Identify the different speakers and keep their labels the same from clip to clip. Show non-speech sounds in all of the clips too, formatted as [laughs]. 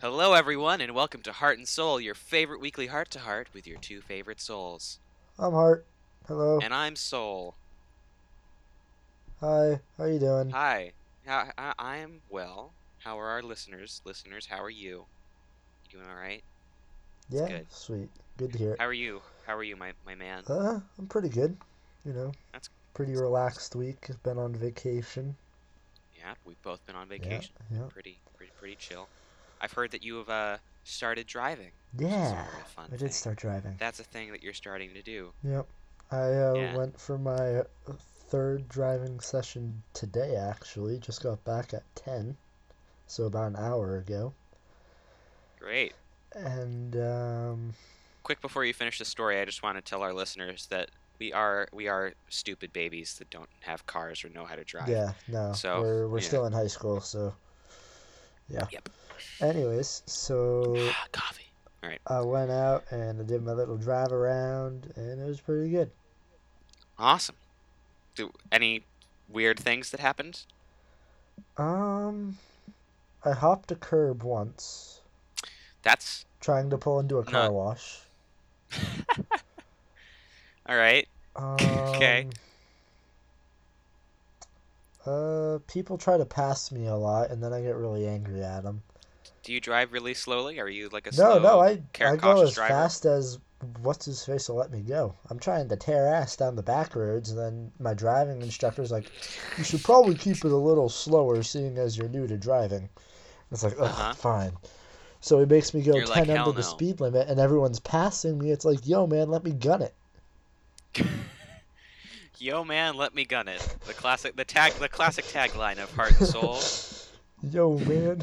Speaker 1: Hello, everyone, and welcome to Heart and Soul, your favorite weekly heart to heart with your two favorite souls.
Speaker 2: I'm Hart. Hello.
Speaker 1: And I'm Soul.
Speaker 2: Hi. How you doing?
Speaker 1: Hi. How, I, I'm well. How are our listeners? Listeners, how are you? You doing all right?
Speaker 2: yeah.
Speaker 1: good.
Speaker 2: Sweet. Good to hear. It.
Speaker 1: How are you? How are you, my, my man?
Speaker 2: Uh, I'm pretty good. You know.
Speaker 1: That's-
Speaker 2: pretty relaxed week. Been on vacation.
Speaker 1: Yeah, we've both been on vacation.
Speaker 2: Yeah.
Speaker 1: Pretty, pretty, pretty chill. I've heard that you have uh, started driving.
Speaker 2: Yeah.
Speaker 1: is
Speaker 2: yeah.
Speaker 1: a fun
Speaker 2: I
Speaker 1: thing.
Speaker 2: did start driving.
Speaker 1: That's a thing that you're starting to do.
Speaker 2: Yep. I uh,
Speaker 1: Yeah.
Speaker 2: went for my uh, third driving session today. Actually, just got back at ten, so about an hour ago.
Speaker 1: Great.
Speaker 2: And um,
Speaker 1: quick before you finish the story, I just want to tell our listeners that we are we are stupid babies that don't have cars or know how to drive.
Speaker 2: Yeah, no.
Speaker 1: So,
Speaker 2: we're we're
Speaker 1: yeah.
Speaker 2: still in high school, so yeah.
Speaker 1: Yep.
Speaker 2: Anyways, so
Speaker 1: Coffee.
Speaker 2: I went out and I did my little drive around, and it was pretty good.
Speaker 1: Awesome. Do any weird things that happened?
Speaker 2: Um, I hopped a curb once
Speaker 1: That's
Speaker 2: trying to pull into a car
Speaker 1: Not-
Speaker 2: wash.
Speaker 1: all right.
Speaker 2: Um,
Speaker 1: [laughs] Okay.
Speaker 2: Uh, people try to pass me a lot, and then I get really angry at them.
Speaker 1: Do you drive really slowly? Are you like a
Speaker 2: No,
Speaker 1: slow?
Speaker 2: no, I
Speaker 1: care-
Speaker 2: I go
Speaker 1: cautious
Speaker 2: as
Speaker 1: driver.
Speaker 2: fast as what's his face will let me go. I'm trying to tear ass down the back roads, and then my driving instructor's like, "You should probably keep it a little slower, seeing as you're new to driving." It's like, ugh,
Speaker 1: Uh-huh.
Speaker 2: fine. So he makes me go
Speaker 1: You're like,
Speaker 2: ten
Speaker 1: "Hell
Speaker 2: under
Speaker 1: no."
Speaker 2: the speed limit, and everyone's passing me. It's like, yo, man, let me gun it.
Speaker 1: [laughs] Yo, man, let me gun it. The classic, the tag, the classic tagline of Heart and
Speaker 2: [laughs]
Speaker 1: Soul.
Speaker 2: Yo,
Speaker 1: [laughs]
Speaker 2: man,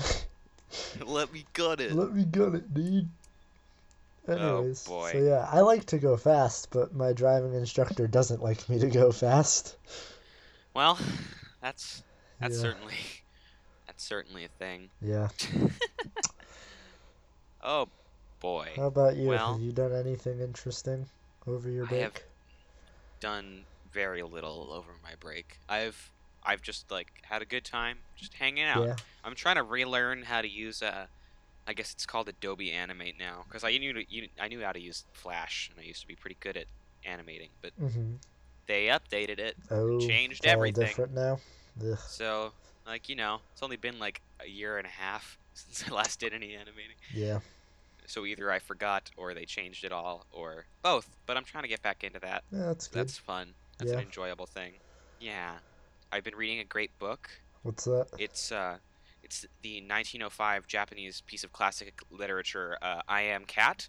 Speaker 2: [laughs]
Speaker 1: let me gun it.
Speaker 2: let me gun it, dude.
Speaker 1: Oh,
Speaker 2: Anyways,
Speaker 1: boy.
Speaker 2: so yeah, I like to go fast, but my driving instructor doesn't like me to go fast.
Speaker 1: Well, that's that's
Speaker 2: Yeah.
Speaker 1: certainly [laughs] that's certainly a thing.
Speaker 2: Yeah.
Speaker 1: Oh boy.
Speaker 2: How about you?
Speaker 1: Well-
Speaker 2: have you done anything interesting over your
Speaker 1: I have-
Speaker 2: break?
Speaker 1: done very little over my break. I've I've just like had a good time just hanging out.
Speaker 2: Yeah.
Speaker 1: I'm trying to relearn how to use uh I guess it's called Adobe Animate now cuz I knew you, I knew how to use Flash and I used to be pretty good at animating, but
Speaker 2: Mm-hmm.
Speaker 1: they updated it.
Speaker 2: Oh,
Speaker 1: Changed
Speaker 2: it's all
Speaker 1: everything.
Speaker 2: different now. Ugh.
Speaker 1: So, like, you know, it's only been like a year and a half [laughs] since I last did any animating.
Speaker 2: Yeah.
Speaker 1: So either I forgot or they changed it all or both, but I'm trying to get back into that.
Speaker 2: Yeah, that's good.
Speaker 1: That's fun. That's
Speaker 2: Yeah.
Speaker 1: an enjoyable thing. Yeah. I've been reading a great book.
Speaker 2: What's that?
Speaker 1: It's uh it's the 1905 Japanese piece of classic literature, uh, I Am Cat.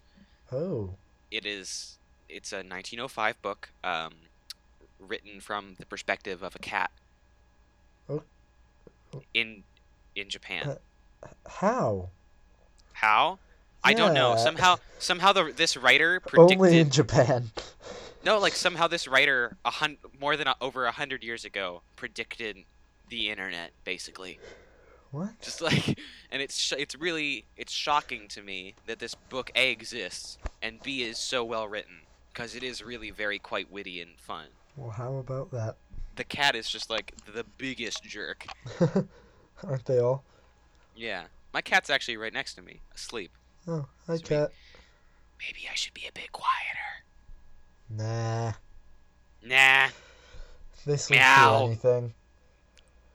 Speaker 2: Oh.
Speaker 1: It is it's a 1905 book um, written from the perspective of a cat
Speaker 2: Oh. Oh.
Speaker 1: in in Japan.
Speaker 2: Uh, How?
Speaker 1: How? I don't know.
Speaker 2: Yeah. Oh,
Speaker 1: Somehow somehow the this writer predicted
Speaker 2: Only in Japan. [laughs]
Speaker 1: No, like somehow this writer a hun- more than a, over a hundred years ago predicted the internet, basically. [laughs]
Speaker 2: What?
Speaker 1: Just like, and it's sh- it's really it's shocking to me that this book a exists and b is so well written because it is really very quite witty and fun.
Speaker 2: Well, how about that? [laughs]
Speaker 1: The cat is just like the biggest jerk.
Speaker 2: Aren't they all?
Speaker 1: Yeah, my cat's actually right next to me, asleep.
Speaker 2: Oh, hi,
Speaker 1: Sweet.
Speaker 2: cat.
Speaker 1: Maybe I should be a bit quieter.
Speaker 2: Nah.
Speaker 1: Nah.
Speaker 2: They sleep
Speaker 1: Meow.
Speaker 2: through anything.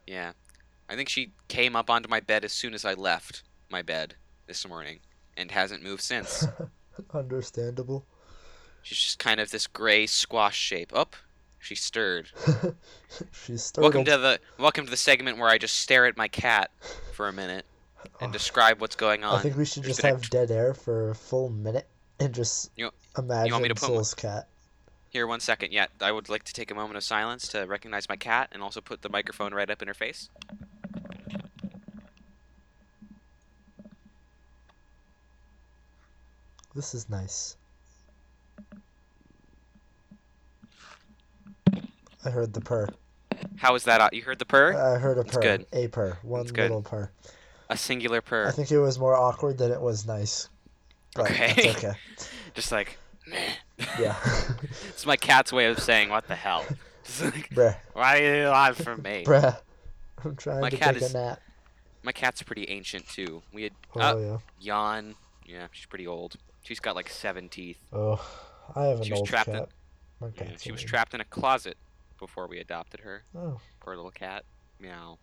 Speaker 1: Yeah. I think she came up onto my bed as soon as I left my bed this morning and hasn't moved
Speaker 2: [laughs]
Speaker 1: since.
Speaker 2: Understandable. [laughs]
Speaker 1: She's just kind of this gray squash shape. Up. she stirred.
Speaker 2: She's startled.
Speaker 1: Welcome to the welcome to the segment where I just stare at my cat for a minute and
Speaker 2: [sighs] Oh,
Speaker 1: describe what's going on.
Speaker 2: I think we should
Speaker 1: There's
Speaker 2: just
Speaker 1: been a-
Speaker 2: have dead air for a full minute and just
Speaker 1: You-
Speaker 2: imagine
Speaker 1: want me to put my-
Speaker 2: Soul's cat.
Speaker 1: Here, one second. Yeah, I would like to take a moment of silence to recognize my cat and also put the microphone right up in her face.
Speaker 2: This is nice. I heard the purr.
Speaker 1: How is that? Uh, You heard the purr?
Speaker 2: I heard a purr.
Speaker 1: good.
Speaker 2: A purr. One
Speaker 1: It's good.
Speaker 2: little purr.
Speaker 1: A singular
Speaker 2: I
Speaker 1: purr.
Speaker 2: think it was more awkward than it was nice. But
Speaker 1: Okay. [laughs]
Speaker 2: that's okay.
Speaker 1: Just like, meh.
Speaker 2: Yeah.
Speaker 1: [laughs]
Speaker 2: [laughs]
Speaker 1: It's my cat's way of saying what the hell. [laughs] Just like,
Speaker 2: bruh.
Speaker 1: Why do you want from me?
Speaker 2: Bruh. I'm trying
Speaker 1: My
Speaker 2: to
Speaker 1: cat
Speaker 2: take
Speaker 1: is-
Speaker 2: a nap.
Speaker 1: My cat's pretty ancient too. We had
Speaker 2: Oh
Speaker 1: uh,
Speaker 2: yeah.
Speaker 1: Jan. Yeah, she's pretty old. She's got like seven teeth.
Speaker 2: Oh, I have an
Speaker 1: she was
Speaker 2: old
Speaker 1: trapped in-
Speaker 2: cat. My
Speaker 1: Yeah,
Speaker 2: cat's
Speaker 1: she was
Speaker 2: old.
Speaker 1: trapped in a closet before we adopted her.
Speaker 2: Oh,
Speaker 1: Poor little cat. Meow.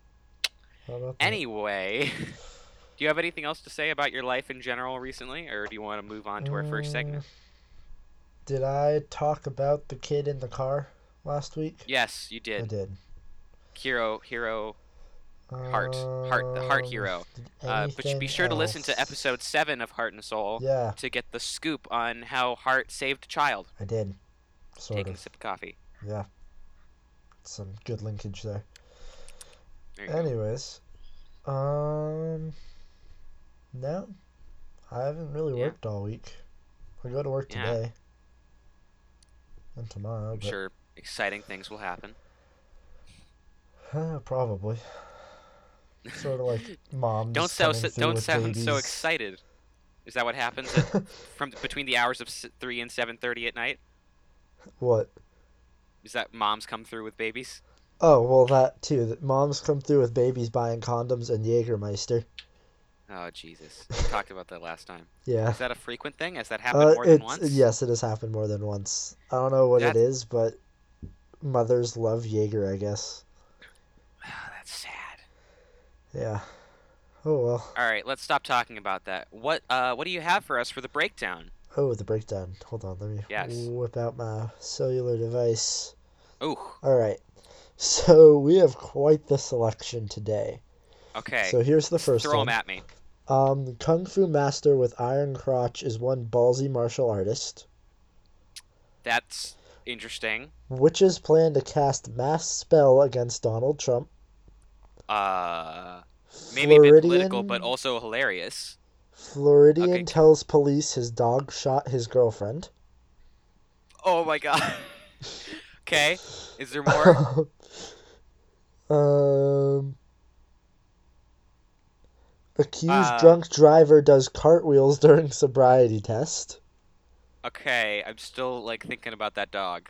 Speaker 2: how about that?
Speaker 1: Anyway, [laughs] do you have anything else to say about your life in general recently, or do you want to move on to our first segment?
Speaker 2: Mm, Uh, Did I talk about the kid in the car last week?
Speaker 1: Yes, you
Speaker 2: I
Speaker 1: did.
Speaker 2: did.
Speaker 1: Hero, hero, heart, heart, the heart
Speaker 2: Um,
Speaker 1: hero.
Speaker 2: did
Speaker 1: Uh, but you
Speaker 2: anything
Speaker 1: be sure to listen to
Speaker 2: else?
Speaker 1: episode seven of Heart and Soul
Speaker 2: Yeah,
Speaker 1: to get the scoop on how Heart saved a child
Speaker 2: I did. Sort
Speaker 1: taking a
Speaker 2: of.
Speaker 1: sip of coffee.
Speaker 2: Yeah. Some good linkage there.
Speaker 1: There you go.
Speaker 2: Anyways, um, no, I haven't really
Speaker 1: Yeah.
Speaker 2: worked all week. I go to work
Speaker 1: Yeah.
Speaker 2: today and tomorrow,
Speaker 1: I'm
Speaker 2: but [laughs]
Speaker 1: sure exciting things will happen.
Speaker 2: probably sort
Speaker 1: [laughs]
Speaker 2: of like mom.
Speaker 1: Don't sound so, don't sound so
Speaker 2: excited.
Speaker 1: excited. Is that what happens at, from between the hours of s- three and seven thirty at night?
Speaker 2: [laughs] what?
Speaker 1: Is that moms come through with babies?
Speaker 2: Oh well, that too. That moms come through with babies buying condoms and Jägermeister.
Speaker 1: Oh Jesus! We talked about that last time.
Speaker 2: Yeah.
Speaker 1: Is that a frequent thing? Has that happened
Speaker 2: [laughs] Uh,
Speaker 1: more than
Speaker 2: it's
Speaker 1: once?
Speaker 2: yes, it has happened more than once. I don't know what it
Speaker 1: That-
Speaker 2: is, but mothers love Jaeger, I guess.
Speaker 1: Ah, that's sad.
Speaker 2: Yeah. Oh well.
Speaker 1: All right, let's stop talking about that. What uh, what do you have for us for the breakdown?
Speaker 2: Oh, the breakdown. Hold on, let me
Speaker 1: Yes.
Speaker 2: whip out my cellular device.
Speaker 1: Ooh,
Speaker 2: All right. So we have quite the selection today.
Speaker 1: okay.
Speaker 2: So here's the
Speaker 1: Just
Speaker 2: first
Speaker 1: Throw
Speaker 2: one.
Speaker 1: them at me.
Speaker 2: Um, Kung Fu Master with Iron Crotch is one ballsy martial artist.
Speaker 1: That's interesting.
Speaker 2: Witches plan to cast mass spell against Donald Trump.
Speaker 1: Uh, maybe a bit political, but also hilarious.
Speaker 2: Floridian
Speaker 1: Okay.
Speaker 2: tells police his dog shot his girlfriend.
Speaker 1: Oh my
Speaker 2: [laughs]
Speaker 1: god. okay, is there more?
Speaker 2: um, accused
Speaker 1: Uh,
Speaker 2: drunk driver does cartwheels during sobriety test. [laughs]
Speaker 1: Okay, I'm still like thinking about that dog.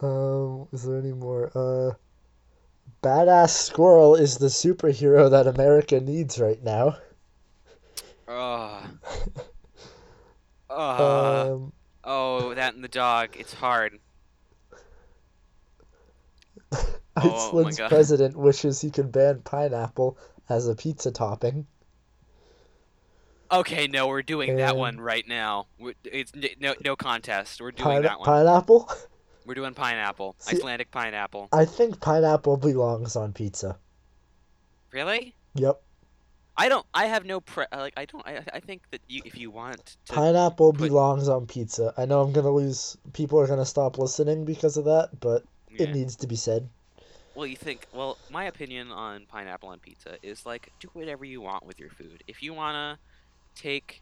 Speaker 2: um, is there any more? Uh, badass squirrel is the superhero that America needs right now.
Speaker 1: Ugh. Ugh.
Speaker 2: um,
Speaker 1: oh, that and the dog. It's hard. oh my
Speaker 2: Iceland's
Speaker 1: God.
Speaker 2: president wishes he could ban pineapple as a pizza topping.
Speaker 1: Okay, no, we're doing that
Speaker 2: Um,
Speaker 1: one right now. we it's n- no no contest. We're doing
Speaker 2: Pine-
Speaker 1: that one.
Speaker 2: Pineapple?
Speaker 1: we're doing pineapple.
Speaker 2: See-
Speaker 1: Icelandic pineapple.
Speaker 2: I think pineapple belongs on pizza.
Speaker 1: Really?
Speaker 2: Yep.
Speaker 1: I don't. I have no pre. Like I don't. I, I think that you, if you want to.
Speaker 2: Pineapple
Speaker 1: put-
Speaker 2: belongs on pizza. I know I'm gonna lose. People are gonna stop listening because of that, but
Speaker 1: Yeah.
Speaker 2: it needs to be said.
Speaker 1: Well, you think. Well, my opinion on pineapple on pizza is like do whatever you want with your food. If you wanna take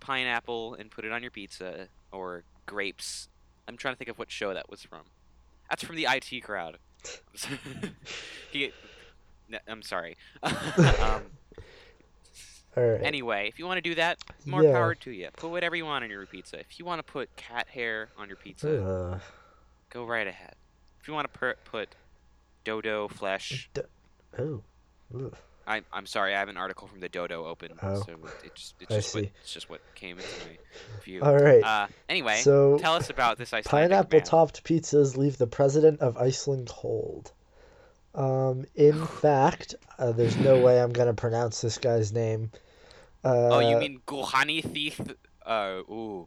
Speaker 1: pineapple and put it on your pizza, or grapes. I'm trying to think of what show that was from. That's from the IT crowd. [laughs] He- no, I'm sorry. [laughs] um,
Speaker 2: All right.
Speaker 1: anyway, if you want to do that, more
Speaker 2: Yeah.
Speaker 1: power to you. Put whatever you want on your pizza. If you want to put cat hair on your pizza,
Speaker 2: Ugh.
Speaker 1: go right ahead. If you want to per- put dodo flesh,
Speaker 2: Ooh. Ooh.
Speaker 1: I'm I'm sorry, I have an article from the Dodo open,
Speaker 2: Oh,
Speaker 1: so it just it's
Speaker 2: I
Speaker 1: just what,
Speaker 2: see.
Speaker 1: it's just what came into my view.
Speaker 2: All right.
Speaker 1: Uh, anyway,
Speaker 2: so
Speaker 1: tell us about this Icelandic
Speaker 2: pineapple
Speaker 1: man.
Speaker 2: topped pizzas leave the president of Iceland cold. Um,
Speaker 1: [sighs]
Speaker 2: in fact, uh, there's no way I'm gonna pronounce this guy's name. Uh,
Speaker 1: Oh, you mean Gulhani Thief? Uh, ooh.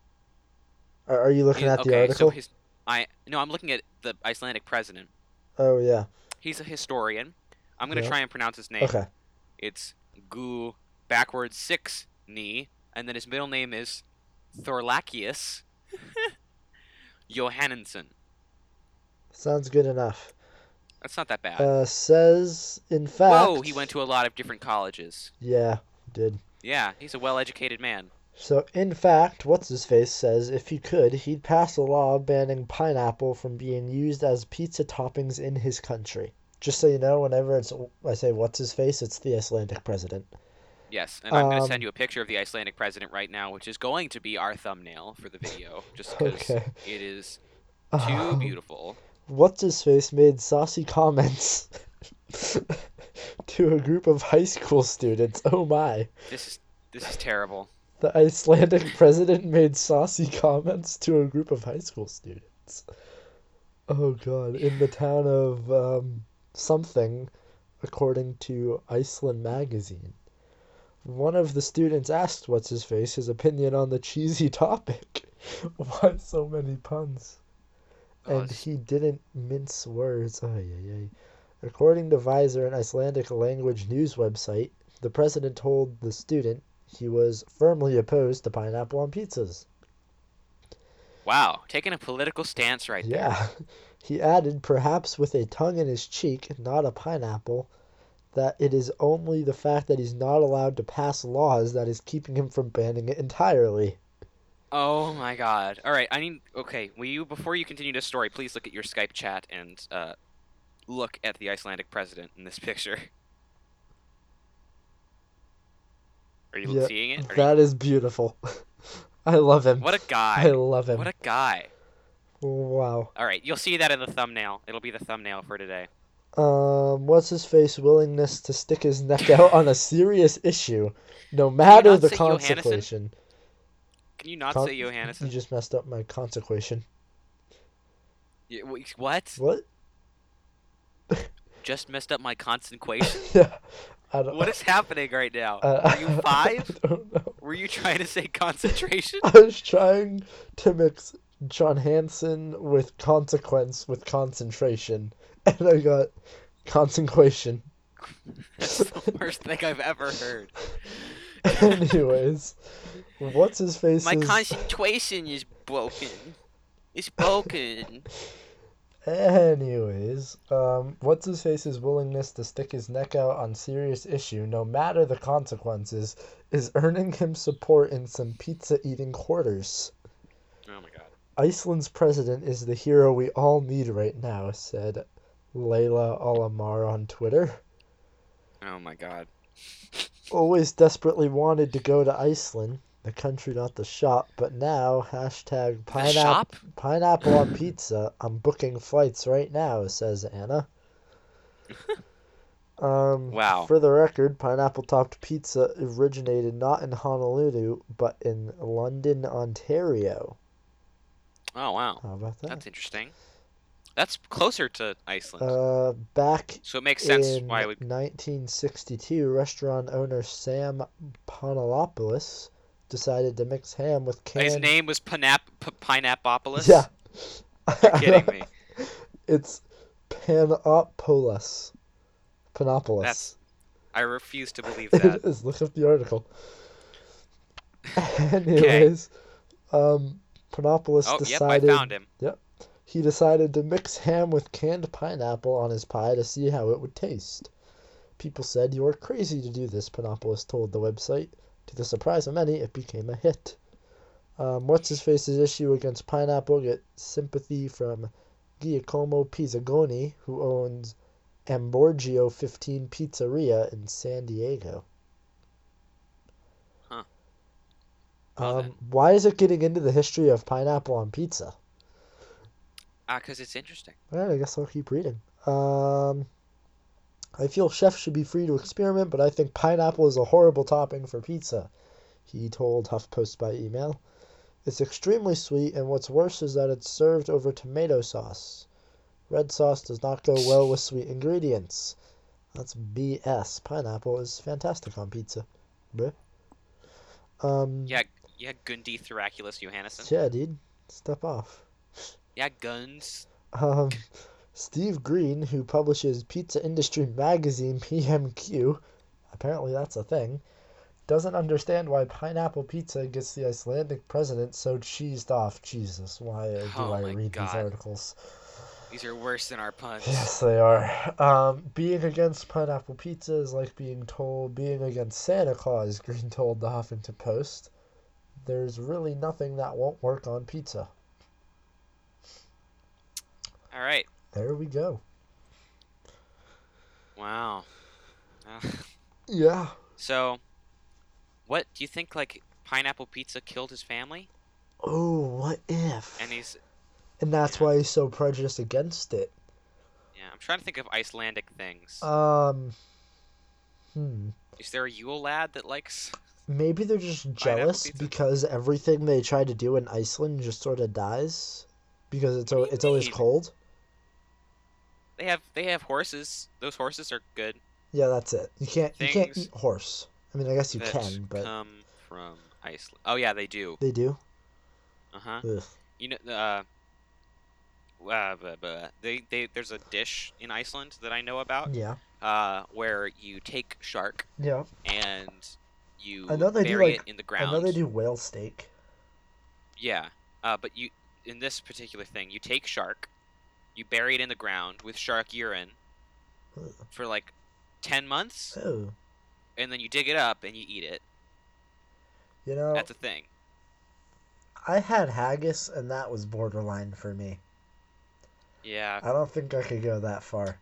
Speaker 2: Are, are you looking
Speaker 1: He-
Speaker 2: at the
Speaker 1: okay,
Speaker 2: article?
Speaker 1: so his I no, I'm looking at the Icelandic president.
Speaker 2: Oh yeah.
Speaker 1: He's a historian. I'm gonna
Speaker 2: Yeah.
Speaker 1: try and pronounce his name.
Speaker 2: Okay.
Speaker 1: It's Gu backwards six knee, and then his middle name is Thorlacius [laughs] Johannesson.
Speaker 2: Sounds good enough.
Speaker 1: That's not that bad.
Speaker 2: Uh, says in fact.
Speaker 1: Whoa, he went to a lot of different colleges.
Speaker 2: Yeah, did.
Speaker 1: Yeah, he's a well-educated man.
Speaker 2: So in fact, what's his face says if he could, he'd pass a law banning pineapple from being used as pizza toppings in his country. Just so you know, whenever it's I say what's his face, it's the Icelandic president.
Speaker 1: Yes, and I'm going to send
Speaker 2: Um,
Speaker 1: you a picture of the Icelandic president right now, which is going to be our thumbnail for the video, just because
Speaker 2: Okay.
Speaker 1: it
Speaker 2: [laughs]
Speaker 1: is too
Speaker 2: Um,
Speaker 1: beautiful.
Speaker 2: What's his face made saucy comments to [laughs] to a group of high school students. Oh my.
Speaker 1: This is this is terrible.
Speaker 2: The Icelandic [laughs] president made saucy comments to a group of high school students. Oh god, in the town of um, something, according to Iceland magazine. One of the students asked what's his face his opinion on the cheesy topic. [laughs] Why so many puns?
Speaker 1: Oh,
Speaker 2: and
Speaker 1: it's-
Speaker 2: he didn't mince words. Ay, ay, ay. According to Visor, an Icelandic language news website, the president told the student he was firmly opposed to pineapple on pizzas.
Speaker 1: wow, taking a political stance right there.
Speaker 2: Yeah. [laughs] He added, perhaps with a tongue in his cheek, not a pineapple, that it is only the fact that he's not allowed to pass laws that is keeping him from banning it entirely.
Speaker 1: Oh my god. All right, I need. Okay, will you before you continue this story, please look at your Skype chat and uh, look at the Icelandic president in this [laughs] picture. Are you
Speaker 2: Yeah,
Speaker 1: seeing it? Are you-
Speaker 2: That is beautiful. [laughs] I love him.
Speaker 1: what a
Speaker 2: I
Speaker 1: guy!
Speaker 2: love him.
Speaker 1: What a guy!
Speaker 2: Wow.
Speaker 1: All right, you'll see that in the thumbnail. It'll be the thumbnail for today.
Speaker 2: Um, what's his face willingness to stick his neck out on a serious issue, no matter
Speaker 1: not
Speaker 2: the
Speaker 1: say Johannesson?
Speaker 2: consequation.
Speaker 1: Can you not
Speaker 2: Con-
Speaker 1: say
Speaker 2: You [laughs]
Speaker 1: Johannesson?
Speaker 2: just messed up my consequation.
Speaker 1: Y- wait, What?
Speaker 2: What? [laughs]
Speaker 1: Just messed up my
Speaker 2: [laughs]
Speaker 1: consecration.
Speaker 2: yeah. I don't.
Speaker 1: what is happening right now?
Speaker 2: Uh,
Speaker 1: Are you five?
Speaker 2: [laughs] I don't know.
Speaker 1: Were you trying to say
Speaker 2: [laughs]
Speaker 1: concentration? [laughs]
Speaker 2: I was trying to mix John Hanson with consequence with concentration, and I got consequation. [laughs]
Speaker 1: That's the worst thing I've ever heard.
Speaker 2: Anyways, what's his face?
Speaker 1: My concentration is broken. It's
Speaker 2: [laughs]
Speaker 1: broken.
Speaker 2: Anyways, um, what's his face's willingness to stick his neck out on serious issue, no matter the consequences, is earning him support in some pizza eating quarters.
Speaker 1: oh my god.
Speaker 2: Iceland's president is the hero we all need right now, said Layla Alamar on Twitter.
Speaker 1: Oh my god.
Speaker 2: Always desperately wanted to go to Iceland, the country not the shop, but now hashtag
Speaker 1: The
Speaker 2: pineapple
Speaker 1: shop?
Speaker 2: Pineapple on pizza. I'm booking flights right now, says Anna. um,
Speaker 1: Wow.
Speaker 2: For the record, pineapple topped pizza originated not in Honolulu, but in London, Ontario.
Speaker 1: Oh wow.
Speaker 2: How about that?
Speaker 1: That's interesting. That's closer to Iceland.
Speaker 2: Uh, back
Speaker 1: so it makes sense
Speaker 2: in
Speaker 1: why it would
Speaker 2: 1962, restaurant owner Sam Panalopoulos decided to mix ham with canned.
Speaker 1: his name was Pinap P- Pineapopolis.
Speaker 2: [laughs] Yeah.
Speaker 1: You're kidding me.
Speaker 2: It's Panopolis. Panopolis. [laughs]
Speaker 1: That's- I refuse to believe
Speaker 2: It
Speaker 1: that.
Speaker 2: is. Look up
Speaker 1: [laughs]
Speaker 2: the article. Anyways, um, Panopoulos
Speaker 1: oh yep, I
Speaker 2: decided
Speaker 1: found him.
Speaker 2: he decided to mix ham with canned pineapple on his pie to see how it would taste. People said you are crazy to do this. Panopoulos told the website. To the surprise of many, it became a hit. Um, what's his face's issue against pineapple get sympathy from Giacomo Pizzagoni, who owns Amborgio 15 Pizzeria in San Diego.
Speaker 1: Huh. Love
Speaker 2: Um, why is it getting into the history of pineapple on pizza?
Speaker 1: Ah, cause it's interesting.
Speaker 2: All right, I guess I'll keep reading. Um, I feel chefs should be free to experiment, but I think pineapple is a horrible topping for pizza, he told HuffPost by email. It's extremely sweet, and what's worse is that it's served over tomato sauce. Red sauce does not go well with sweet ingredients. That's BS. Pineapple is fantastic on pizza. Bleh. Um,
Speaker 1: Yeah, yeah, Gundi Thraculus Johannesson.
Speaker 2: yeah, dude. Step off.
Speaker 1: Yeah, guns.
Speaker 2: Um, Steve Green, who publishes Pizza Industry Magazine (PMQ), apparently that's a thing, doesn't understand why pineapple pizza gets the Icelandic president so cheesed off. Jesus, why do
Speaker 1: Oh
Speaker 2: I
Speaker 1: my
Speaker 2: read these
Speaker 1: God.
Speaker 2: articles?
Speaker 1: These are worse than our puns.
Speaker 2: Yes, they are. Um, being against pineapple pizza is like being told being against Santa Claus. Green told the Huffington Post, "There's really nothing that won't work on pizza."
Speaker 1: All right.
Speaker 2: There we go.
Speaker 1: Wow. Uh,
Speaker 2: Yeah.
Speaker 1: So, what do you think? Like pineapple pizza killed his family,
Speaker 2: Oh, what if?
Speaker 1: and he's
Speaker 2: And that's
Speaker 1: Yeah.
Speaker 2: why he's so prejudiced against it. Uh,
Speaker 1: yeah. I'm trying to think of Icelandic things.
Speaker 2: Um, Hmm.
Speaker 1: Is there a Yule lad that likes?
Speaker 2: Maybe they're just jealous
Speaker 1: pizza.
Speaker 2: because everything they try to do in Iceland just sort of dies because it's al-
Speaker 1: What do you
Speaker 2: it's always
Speaker 1: mean?
Speaker 2: cold.
Speaker 1: They have they have horses. Those horses are good.
Speaker 2: Yeah, that's it. You can't you can't
Speaker 1: Things
Speaker 2: eat horse. I mean, I guess you
Speaker 1: that
Speaker 2: can, but
Speaker 1: come from Iceland. Oh yeah, they do.
Speaker 2: they do.
Speaker 1: Uh huh.
Speaker 2: Ugh.
Speaker 1: You know, uh, uh, blah, blah. they they there's a dish in Iceland that I know about,
Speaker 2: Yeah.
Speaker 1: uh, where you take shark
Speaker 2: Yeah.
Speaker 1: and you
Speaker 2: I know they do,
Speaker 1: bury
Speaker 2: like-
Speaker 1: it in the
Speaker 2: I
Speaker 1: ground.
Speaker 2: know they do whale steak.
Speaker 1: Yeah, uh, but you in this particular thing, you take shark, you bury it in the ground with shark urine
Speaker 2: Ugh.
Speaker 1: for like ten months,
Speaker 2: Oh,
Speaker 1: and then you dig it up and you eat it.
Speaker 2: you know,
Speaker 1: That's a thing.
Speaker 2: I had haggis, and that was borderline for me.
Speaker 1: Yeah. [laughs]
Speaker 2: I don't think I could go that far.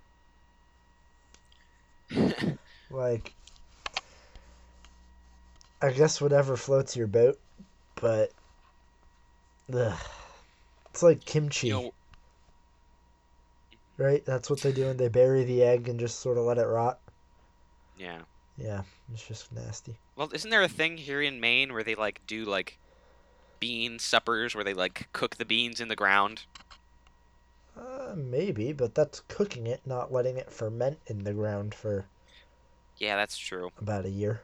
Speaker 2: Like, I guess whatever floats your boat, but ugh. it's like kimchi,
Speaker 1: you know,
Speaker 2: right? That's what they do, and they bury the egg and just sort of let it rot.
Speaker 1: yeah.
Speaker 2: Yeah, it's just nasty.
Speaker 1: Well, isn't there a thing here in Maine where they like do like bean suppers where they like cook the beans in the ground?
Speaker 2: Uh, maybe, but that's cooking it, not letting it ferment in the ground for
Speaker 1: Yeah, that's true.
Speaker 2: about a year.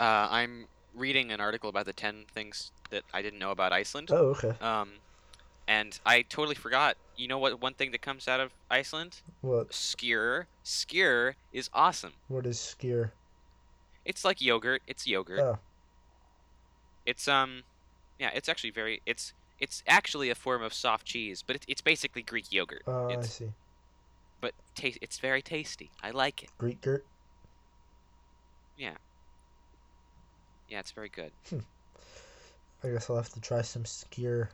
Speaker 1: Uh, I'm reading an article about the ten things that I didn't know about Iceland.
Speaker 2: Oh, okay.
Speaker 1: Um, and I totally forgot. You know what? One thing that comes out of Iceland,
Speaker 2: What?
Speaker 1: skyr. Skyr is awesome.
Speaker 2: What is skyr?
Speaker 1: It's like yogurt. It's yogurt.
Speaker 2: Oh.
Speaker 1: It's um, yeah. It's actually very. It's it's actually a form of soft cheese, but it, it's basically Greek yogurt.
Speaker 2: Oh, I
Speaker 1: it's
Speaker 2: see.
Speaker 1: but ta- it's very tasty. I like it.
Speaker 2: Greek girt.
Speaker 1: Yeah, it's very good.
Speaker 2: I guess I'll have to try some skyr.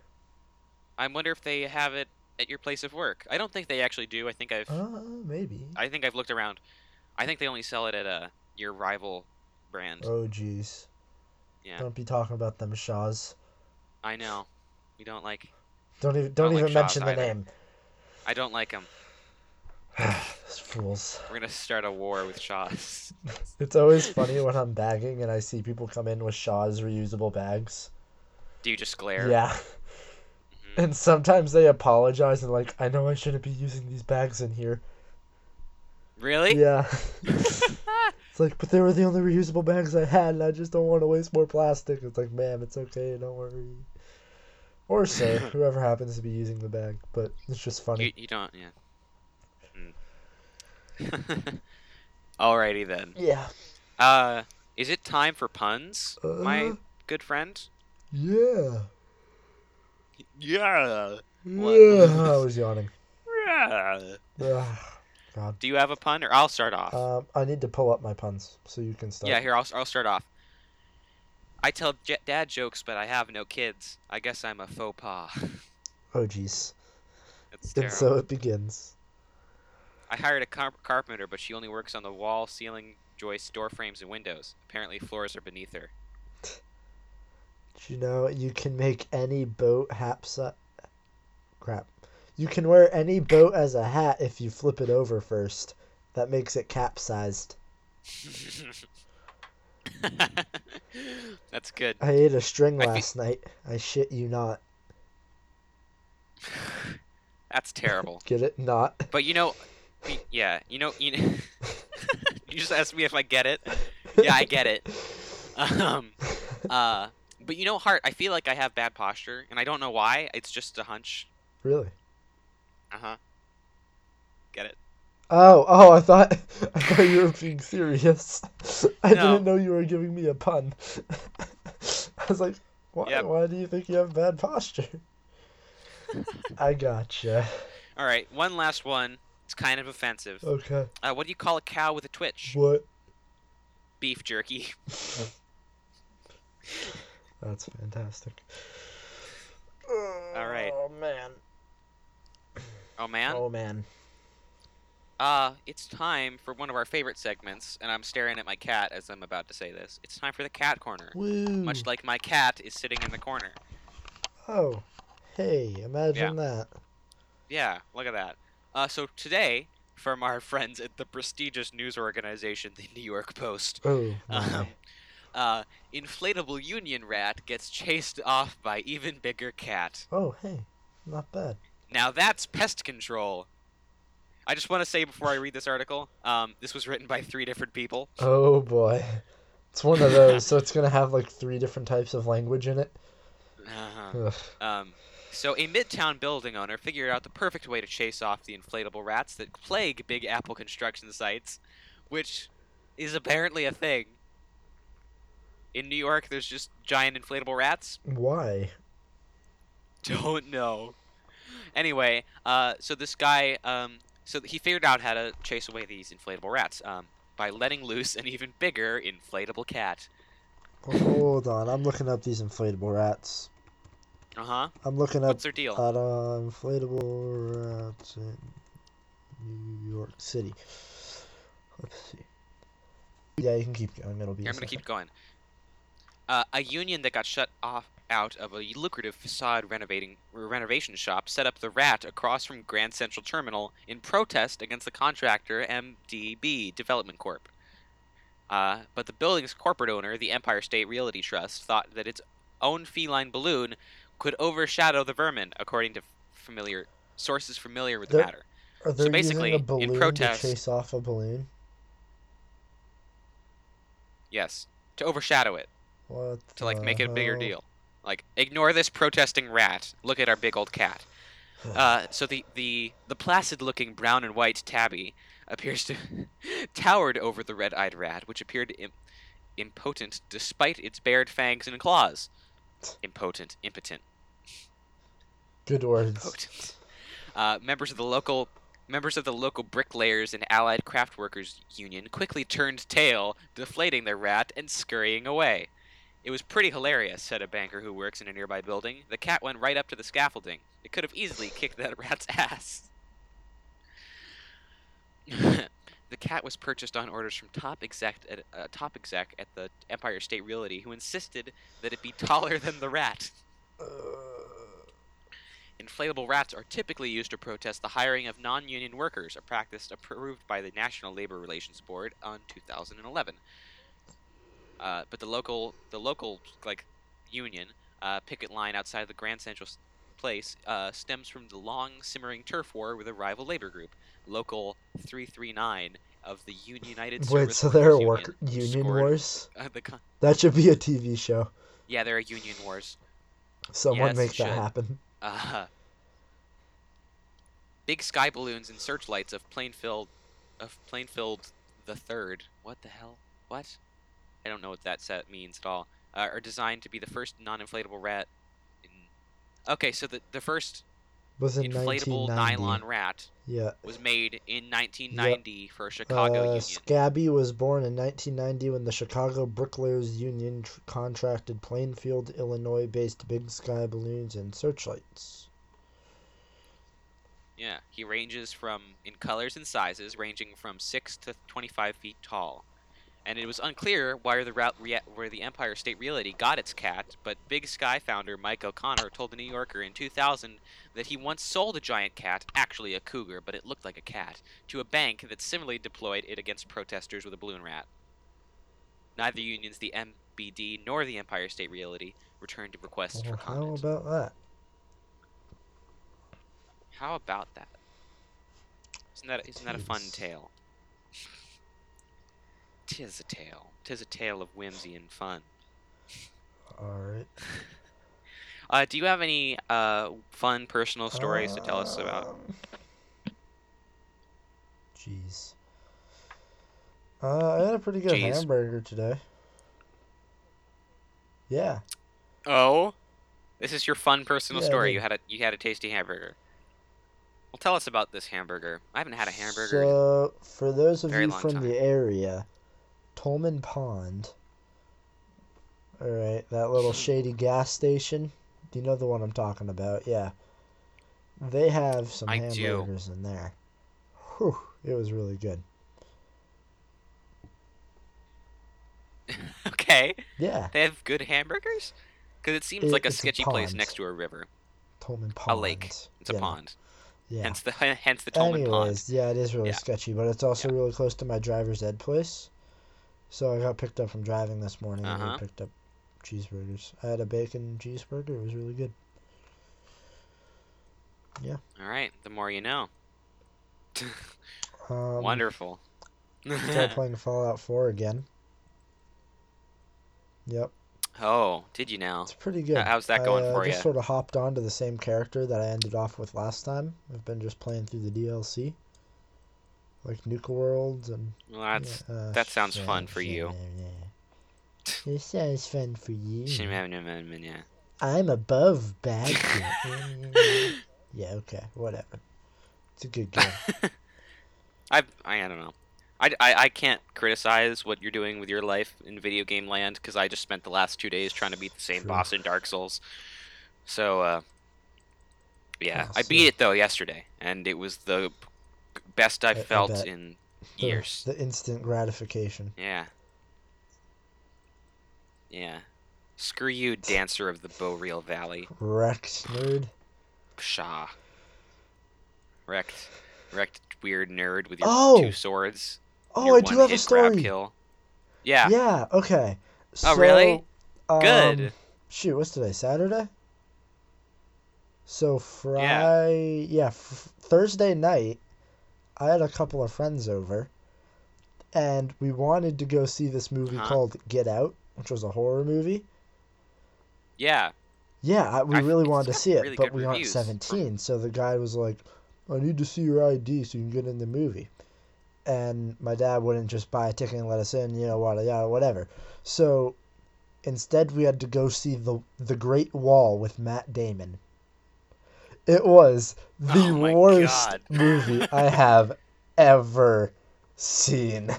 Speaker 1: I wonder if they have it at your place of work. I don't think they actually do. I think I've
Speaker 2: Uh, maybe.
Speaker 1: I think I've looked around. I think they only sell it at uh, your rival brand.
Speaker 2: Oh, jeez.
Speaker 1: Yeah.
Speaker 2: Don't be talking about them Shaws.
Speaker 1: I know. We don't like.
Speaker 2: Don't even
Speaker 1: Don't
Speaker 2: don't,
Speaker 1: like
Speaker 2: even
Speaker 1: Shaws
Speaker 2: mention the
Speaker 1: either.
Speaker 2: name. [sighs]
Speaker 1: I don't like them.
Speaker 2: Those fools.
Speaker 1: We're gonna start a war with Shaw's.
Speaker 2: It's always funny when I'm bagging and I see people come in with Shaw's reusable bags.
Speaker 1: Do you just glare?
Speaker 2: Yeah.
Speaker 1: Mhm.
Speaker 2: And sometimes they apologize and like, I know I shouldn't be using these bags in here.
Speaker 1: Really? [laughs]
Speaker 2: Yeah. [laughs] it's like, but they were the only reusable bags I had, and I just don't want to waste more plastic. It's like, ma'am, it's okay, don't worry.
Speaker 1: [laughs]
Speaker 2: Or sir, whoever happens to be using the bag, but it's just funny.
Speaker 1: you, you don't. Yeah. Mm. [laughs] Alrighty then.
Speaker 2: Yeah.
Speaker 1: Uh, is it time for puns, my
Speaker 2: Uh.
Speaker 1: good friend?
Speaker 2: Yeah.
Speaker 1: Yeah. What?
Speaker 2: Yeah. I
Speaker 1: [laughs]
Speaker 2: was yawning. Ugh. God.
Speaker 1: Do you have a pun, or I'll start off?
Speaker 2: Um, I need to pull up my puns so you can start.
Speaker 1: yeah, here I'll I'll start off. I tell j- dad jokes, but I have no kids. I guess I'm a faux pas. [laughs]
Speaker 2: Oh, jeez.
Speaker 1: That's
Speaker 2: And
Speaker 1: terrible.
Speaker 2: [laughs] so it begins.
Speaker 1: I hired a car- carpenter, but she only works on the wall, ceiling, joists, door frames, and windows. Apparently, floors are beneath her. [laughs]
Speaker 2: Do you know you can make any boat hapsa? Crap. You can wear any boat as a hat if you flip it over first. That makes it capsized.
Speaker 1: That's good. [laughs]
Speaker 2: I ate a string
Speaker 1: I fe-
Speaker 2: last night. I shit you not.
Speaker 1: That's terrible.
Speaker 2: Get it? Not. [laughs]
Speaker 1: But you know, y- yeah, you know, you, know, [laughs] you just asked me if I get it. Yeah, I get it. Um, uh, but you know, Hart, I feel like I have bad posture, and I don't know why. It's just a hunch.
Speaker 2: Really?
Speaker 1: Uh huh. Get it?
Speaker 2: Oh, oh! I thought [laughs] I thought you were being serious. [laughs] I
Speaker 1: No.
Speaker 2: didn't know you were giving me a pun. [laughs] I was like, why?
Speaker 1: Yep.
Speaker 2: Why do you think you have bad posture? [laughs] I gotcha.
Speaker 1: All right, one last one. It's kind of offensive.
Speaker 2: Okay.
Speaker 1: Uh, what do you call a cow with a twitch?
Speaker 2: What?
Speaker 1: Beef jerky. [laughs]
Speaker 2: That's fantastic.
Speaker 1: All right.
Speaker 2: Oh man.
Speaker 1: Oh man.
Speaker 2: Oh man.
Speaker 1: Uh, it's time for one of our favorite segments, and I'm staring at my cat as I'm about to say this. It's time for the cat corner.
Speaker 2: Woo.
Speaker 1: Much like my cat is sitting in the corner.
Speaker 2: oh. Hey, imagine that.
Speaker 1: Yeah, look at that. Uh, so today, from our [laughs] friends at the prestigious news organization, the New York Post.
Speaker 2: [laughs] Oh, my.
Speaker 1: Um, uh, inflatable union rat gets chased off by even bigger cat.
Speaker 2: oh, hey, not bad.
Speaker 1: Now that's pest control. I just want to say before I read this article, um, this was written by three different people.
Speaker 2: Oh boy, it's one
Speaker 1: [laughs]
Speaker 2: of those. so it's gonna have like three different types of language in it.
Speaker 1: Uh-huh.
Speaker 2: Ugh.
Speaker 1: Um, so a midtown building owner figured out the perfect way to chase off the inflatable rats that plague Big Apple construction sites, which is apparently a thing. In New York, there's just giant inflatable rats. [laughs]
Speaker 2: Why?
Speaker 1: Don't know. Anyway, uh, so this guy, um, so he figured out how to chase away these inflatable rats um, by letting loose an even bigger inflatable cat.
Speaker 2: Well, hold on, I'm looking up these inflatable rats.
Speaker 1: Uh huh.
Speaker 2: I'm looking up
Speaker 1: What's their deal?
Speaker 2: at uh, inflatable rats in New York City. Let's see. Yeah, you can keep going. It'll be.
Speaker 1: Here,
Speaker 2: a
Speaker 1: I'm gonna
Speaker 2: second.
Speaker 1: keep going. Uh, a union that got shut off out of a lucrative facade renovating renovation shop set up the rat across from Grand Central Terminal in protest against the contractor MDB Development Corp. Uh, but the building's corporate owner, the Empire State Realty Trust, thought that its own feline balloon could overshadow the vermin, according to familiar sources familiar with the
Speaker 2: There-
Speaker 1: matter.
Speaker 2: Are they
Speaker 1: basically,
Speaker 2: using a
Speaker 1: in
Speaker 2: balloon
Speaker 1: protest-
Speaker 2: to chase off a balloon?
Speaker 1: Yes, to overshadow it.
Speaker 2: What?
Speaker 1: to like
Speaker 2: the
Speaker 1: make it a bigger
Speaker 2: hell?
Speaker 1: deal. Like ignore this protesting rat. Look at our big old cat. Uh, so the the the placid-looking brown and white tabby appears to [laughs] towered over the red-eyed rat, which appeared Im- impotent despite its bared fangs and claws. Impotent, impotent,
Speaker 2: Good words.
Speaker 1: potent. Uh, members of the local members of the local bricklayers and allied craft workers union quickly turned tail, deflating their rat and scurrying away. It was pretty hilarious, said a banker who works in a nearby building. The cat went right up to the scaffolding. It could have easily kicked that [laughs] rat's ass. the cat was purchased on orders from top exec at uh, top exec at the Empire State Realty, who insisted that it be taller than the rat.
Speaker 2: Uh,
Speaker 1: Inflatable rats are typically used to protest the hiring of non union workers, a practice approved by the National Labor Relations Board on 2011. Uh, but the local, the local like union uh, picket line outside the Grand Central s- Place uh, stems from the long simmering turf war with a rival labor group, Local 339 of the Un- United
Speaker 2: Wait,
Speaker 1: Service
Speaker 2: so there are
Speaker 1: Workers
Speaker 2: work union
Speaker 1: scored-
Speaker 2: wars?
Speaker 1: uh, the con-
Speaker 2: That should be a TV show.
Speaker 1: yeah, there are union wars.
Speaker 2: Someone
Speaker 1: Yes, it
Speaker 2: make that
Speaker 1: should.
Speaker 2: happen.
Speaker 1: Uh, big sky balloons and searchlights of Plainfield, of Plainfield the Third. What the hell? What? I don't know what that set means at all. Uh, are designed to be the first non-inflatable rat. In... Okay, so the the first
Speaker 2: Was in
Speaker 1: inflatable
Speaker 2: 1990.
Speaker 1: nylon rat
Speaker 2: Yeah.
Speaker 1: was made in 1990 for a Chicago
Speaker 2: uh,
Speaker 1: union.
Speaker 2: Scabby was born in 1990 when the Chicago Bricklayers Union tr- contracted Plainfield, Illinois-based Big Sky Balloons and Searchlights.
Speaker 1: Yeah, he ranges from in colors and sizes, ranging from six to twenty-five feet tall. And it was unclear why the route rea- where the Empire State Realty got its cat, but Big Sky founder Mike O'Connor told the New Yorker in 2000 that he once sold a giant cat, actually a cougar, but it looked like a cat, to a bank that similarly deployed it against protesters with a balloon rat. Neither unions, the MBD nor the Empire State Realty, returned requests for
Speaker 2: Well, how
Speaker 1: comment.
Speaker 2: about that?
Speaker 1: How about that? Isn't that isn't that a fun
Speaker 2: Jeez.
Speaker 1: tale? Tis a tale. Tis a tale of whimsy and fun.
Speaker 2: All right.
Speaker 1: Uh, do you have any uh, fun personal stories to tell us about?
Speaker 2: Um,
Speaker 1: [laughs]
Speaker 2: Jeez. Uh, I had a pretty good
Speaker 1: Jeez.
Speaker 2: hamburger today. Yeah.
Speaker 1: Oh, this is your fun personal
Speaker 2: Yeah, I
Speaker 1: story.
Speaker 2: did.
Speaker 1: You had a you had a tasty hamburger. Well, tell us about this hamburger. I haven't had a hamburger. in-
Speaker 2: So, for those of
Speaker 1: Very
Speaker 2: you
Speaker 1: long
Speaker 2: from
Speaker 1: time.
Speaker 2: the area, Tolman Pond. All right, that little shady gas station. Do you know the one I'm talking about? Yeah. They have some
Speaker 1: I do.
Speaker 2: hamburgers in there. Whew, it was really good.
Speaker 1: [laughs] okay,
Speaker 2: Yeah,
Speaker 1: they have good hamburgers. Because it seems
Speaker 2: It-
Speaker 1: like a
Speaker 2: it's a
Speaker 1: sketchy place
Speaker 2: pond.
Speaker 1: next to a river.
Speaker 2: Tolman Pond.
Speaker 1: lake. It's a
Speaker 2: Yeah.
Speaker 1: pond.
Speaker 2: Yeah.
Speaker 1: Hence the [laughs] hence the Tolman Pond.
Speaker 2: Anyways, yeah, it is really
Speaker 1: Yeah.
Speaker 2: sketchy, but it's also really close to my driver's ed place. So I got picked up from driving this morning and
Speaker 1: Uh-huh.
Speaker 2: we picked up cheeseburgers. I had a bacon cheeseburger. It was really good.
Speaker 1: All right, the more you know. [laughs]
Speaker 2: Um, [laughs]
Speaker 1: Wonderful. [laughs]
Speaker 2: Started playing Fallout 4 again. Yep,
Speaker 1: oh, did you now?
Speaker 2: it's pretty good.
Speaker 1: how's that going
Speaker 2: I, uh,
Speaker 1: for
Speaker 2: just
Speaker 1: ya?
Speaker 2: sort of hopped onto the same character that I ended off with last time. I've been just playing through the DLC, like Nuka Worlds and
Speaker 1: Well, that's
Speaker 2: Yeah, uh,
Speaker 1: that sounds
Speaker 2: yeah,
Speaker 1: fun for
Speaker 2: yeah,
Speaker 1: you.
Speaker 2: yeah, yeah. It sounds fun for you.
Speaker 1: yeah.
Speaker 2: I'm above basket. yeah, okay, whatever. It's
Speaker 1: [laughs]
Speaker 2: a good game.
Speaker 1: I, I I don't know. I, I, I can't criticize what you're doing with your life in video game land because I just spent the last two days trying to beat the same
Speaker 2: True.
Speaker 1: boss in Dark Souls. So, uh, yeah,
Speaker 2: Yeah,
Speaker 1: I
Speaker 2: so-
Speaker 1: beat it though yesterday, and it was the p- best I've
Speaker 2: I- I
Speaker 1: felt
Speaker 2: bet.
Speaker 1: in
Speaker 2: The-
Speaker 1: years.
Speaker 2: The, instant gratification.
Speaker 1: Yeah. Yeah. Screw you, dancer of the Boreal Valley.
Speaker 2: Rex nerd.
Speaker 1: Pshaw. Wrecked. Wrecked weird nerd with your
Speaker 2: Oh!
Speaker 1: two swords.
Speaker 2: Oh,
Speaker 1: your
Speaker 2: I do have a
Speaker 1: one-hit grab
Speaker 2: story.
Speaker 1: Kill. Yeah.
Speaker 2: Yeah. Okay. So,
Speaker 1: Oh, really?
Speaker 2: um,
Speaker 1: Good.
Speaker 2: shoot, what's today? Saturday. So Friday, yeah, f- Thursday night, I had a couple of friends over, and we wanted to go see this movie
Speaker 1: Huh.
Speaker 2: called Get Out, which was a horror movie.
Speaker 1: Yeah.
Speaker 2: Yeah, I, we
Speaker 1: I-
Speaker 2: really
Speaker 1: it's
Speaker 2: wanted to
Speaker 1: got
Speaker 2: see it,
Speaker 1: really
Speaker 2: but
Speaker 1: good
Speaker 2: we aren't
Speaker 1: reviews from-
Speaker 2: 17. So the guy was like, I need to see your ID so you can get in the movie. And my dad wouldn't just buy a ticket and let us in, you know, yada yada, whatever. So instead, we had to go see the the Great Wall with Matt Damon. It was the
Speaker 1: Oh my
Speaker 2: worst
Speaker 1: God.
Speaker 2: [laughs] movie I have ever seen.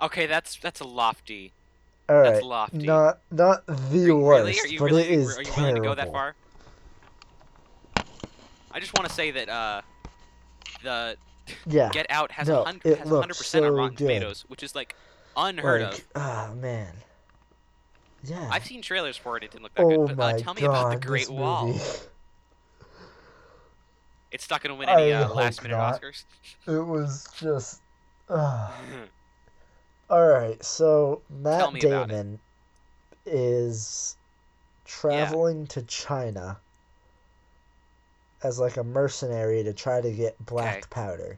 Speaker 1: Okay, that's that's a lofty.
Speaker 2: All
Speaker 1: That's
Speaker 2: right,
Speaker 1: lofty.
Speaker 2: not not the
Speaker 1: Are you-
Speaker 2: worst,
Speaker 1: really? Are you
Speaker 2: but
Speaker 1: really?
Speaker 2: it is
Speaker 1: are you willing
Speaker 2: terrible.
Speaker 1: to go that far? I just want to say that uh, the
Speaker 2: Yeah,
Speaker 1: Get Out has
Speaker 2: No,
Speaker 1: a hun-
Speaker 2: it
Speaker 1: has
Speaker 2: looks
Speaker 1: 100% on
Speaker 2: so
Speaker 1: Rotten
Speaker 2: good.
Speaker 1: Tomatoes, which is like unheard of.
Speaker 2: like, ah man. Yeah.
Speaker 1: I've seen trailers for it. It didn't look that
Speaker 2: oh
Speaker 1: good. But
Speaker 2: my
Speaker 1: uh, tell me
Speaker 2: god,
Speaker 1: about the
Speaker 2: this
Speaker 1: Great Wall.
Speaker 2: movie.
Speaker 1: It's not going to win
Speaker 2: I
Speaker 1: any uh,
Speaker 2: hope
Speaker 1: last minute
Speaker 2: not.
Speaker 1: Oscars.
Speaker 2: [laughs]
Speaker 1: [laughs]
Speaker 2: It was just. Uh. All right, so Matt
Speaker 1: me about it.
Speaker 2: Damon is traveling to China as like a mercenary to try to get black powder.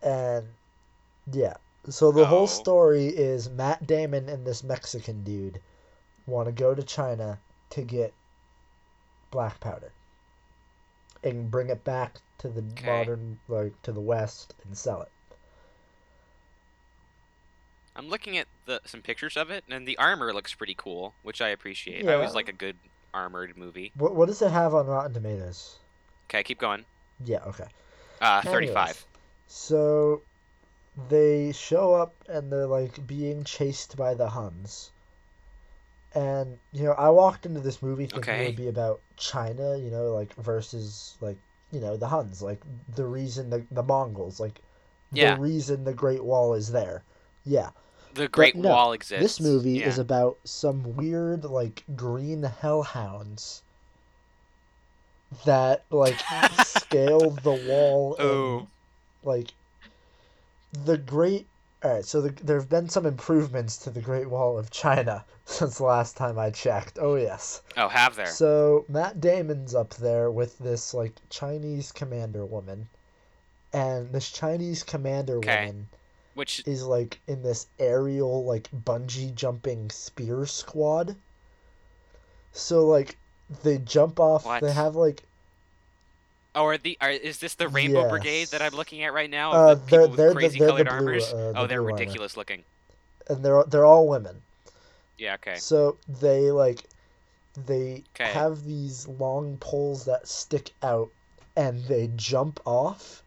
Speaker 2: And yeah, so the
Speaker 1: Oh.
Speaker 2: whole story is Matt Damon and this Mexican dude want to go to China to get black powder and bring it back to the
Speaker 1: Okay.
Speaker 2: modern like to the west and sell it.
Speaker 1: I'm looking at the some pictures of it, and the armor looks pretty cool, which I appreciate. I always
Speaker 2: Yeah.
Speaker 1: like a good armored movie.
Speaker 2: What what does it have on Rotten Tomatoes?
Speaker 1: Okay, keep going.
Speaker 2: Yeah, okay.
Speaker 1: Uh,
Speaker 2: Anyways,
Speaker 1: 35.
Speaker 2: So they show up and they're like being chased by the Huns. And you know, I walked into this movie thinking it
Speaker 1: Okay.
Speaker 2: would be about China, you know, like versus like you know the Huns, like the reason the the Mongols, like
Speaker 1: Yeah.
Speaker 2: the reason the Great Wall is there. Yeah.
Speaker 1: The Great
Speaker 2: no,
Speaker 1: Wall exists.
Speaker 2: This movie
Speaker 1: yeah.
Speaker 2: is about some weird, like, green hellhounds that, like,
Speaker 1: [laughs]
Speaker 2: scale the wall. and,
Speaker 1: Oh.
Speaker 2: like, the Great. Alright, so the, there have been some improvements to the Great Wall of China [laughs] since the last time I checked. Oh, yes.
Speaker 1: Oh, have there.
Speaker 2: So Matt Damon's up there with this, like, Chinese commander woman. And this Chinese commander
Speaker 1: Okay.
Speaker 2: woman
Speaker 1: Which
Speaker 2: is like in this aerial like bungee jumping spear squad. So like they jump off.
Speaker 1: What?
Speaker 2: They have like
Speaker 1: oh, are the are, is this the Rainbow Brigade that I'm
Speaker 2: Yes.
Speaker 1: looking at right now?
Speaker 2: Uh,
Speaker 1: Of the people
Speaker 2: they're-
Speaker 1: with
Speaker 2: they're the-
Speaker 1: crazy
Speaker 2: they're the
Speaker 1: colored
Speaker 2: blue,
Speaker 1: armors.
Speaker 2: uh, the
Speaker 1: oh, they're
Speaker 2: blue armor.
Speaker 1: ridiculous looking.
Speaker 2: and they're they're all women.
Speaker 1: Yeah. Okay.
Speaker 2: So they like they
Speaker 1: Okay.
Speaker 2: have these long poles that stick out, and they jump off.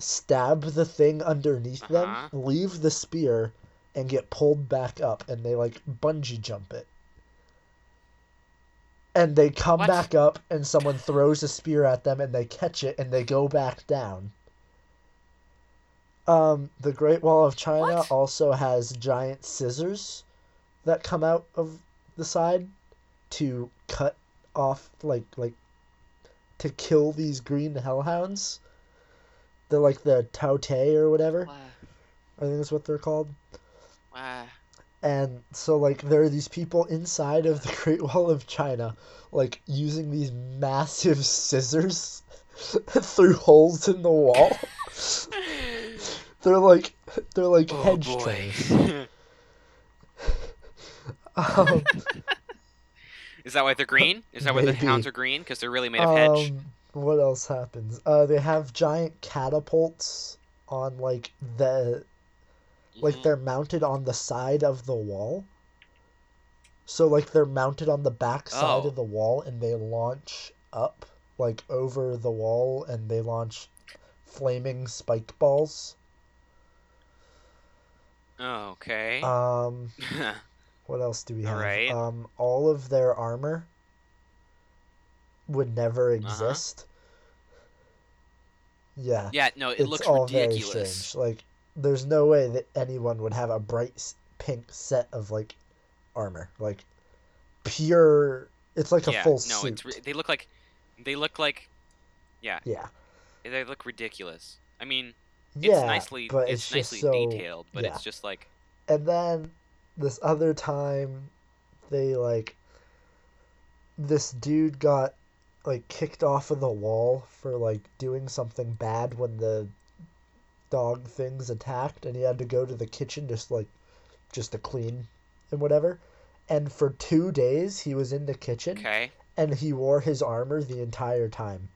Speaker 2: Stab the thing underneath
Speaker 1: Uh-huh.
Speaker 2: them, leave the spear, and get pulled back up, and they like bungee jump it. and they come
Speaker 1: What?
Speaker 2: back up and someone throws a spear at them and they catch it and they go back down um, the great wall of china
Speaker 1: What?
Speaker 2: also has giant scissors that come out of the side to cut off like like to kill these green hellhounds. They're like the Taute or whatever.
Speaker 1: Wah,
Speaker 2: I think that's what they're called.
Speaker 1: wah.
Speaker 2: And so, like, there are these people inside of the [laughs] Great Wall of China, like, using these massive [laughs] scissors through holes in the wall. [laughs] They're like, they're like
Speaker 1: [laughs] Oh,
Speaker 2: hedge
Speaker 1: boy.
Speaker 2: trimmers. [laughs]
Speaker 1: [laughs]
Speaker 2: Um,
Speaker 1: Is that why they're green? Is that why the hounds
Speaker 2: [laughs] Maybe.
Speaker 1: are green? Because they're really made of hedge.
Speaker 2: Um, what else happens? Uh, they have giant catapults on like the like
Speaker 1: Mhm.
Speaker 2: they're mounted on the side of the wall. So like they're mounted on the back side
Speaker 1: Oh.
Speaker 2: of the wall and they launch up like over the wall and they launch flaming spike balls.
Speaker 1: Oh, okay.
Speaker 2: Um what else do we have?
Speaker 1: Alright.
Speaker 2: Um all of their armor would never
Speaker 1: Uh-huh.
Speaker 2: exist. Yeah.
Speaker 1: [laughs] yeah, no, it
Speaker 2: it's
Speaker 1: looks
Speaker 2: all very
Speaker 1: ridiculous.
Speaker 2: strange. Like, there's no way that anyone would have a bright s- pink set of like armor, like pure. It's like a
Speaker 1: yeah,
Speaker 2: full
Speaker 1: no,
Speaker 2: suit.
Speaker 1: it's ri- they look like they look like
Speaker 2: yeah,
Speaker 1: they look ridiculous. I mean, it's
Speaker 2: yeah,
Speaker 1: nicely
Speaker 2: but
Speaker 1: it's,
Speaker 2: it's, just
Speaker 1: nicely
Speaker 2: so.
Speaker 1: detailed, but
Speaker 2: yeah.
Speaker 1: it's just like
Speaker 2: And then this other time, they like this dude got like kicked off of the wall for like doing something bad when the dog things attacked and he had to go to the kitchen just like just to clean and whatever and for two days he was in the kitchen
Speaker 1: okay.
Speaker 2: and he wore his armor the entire time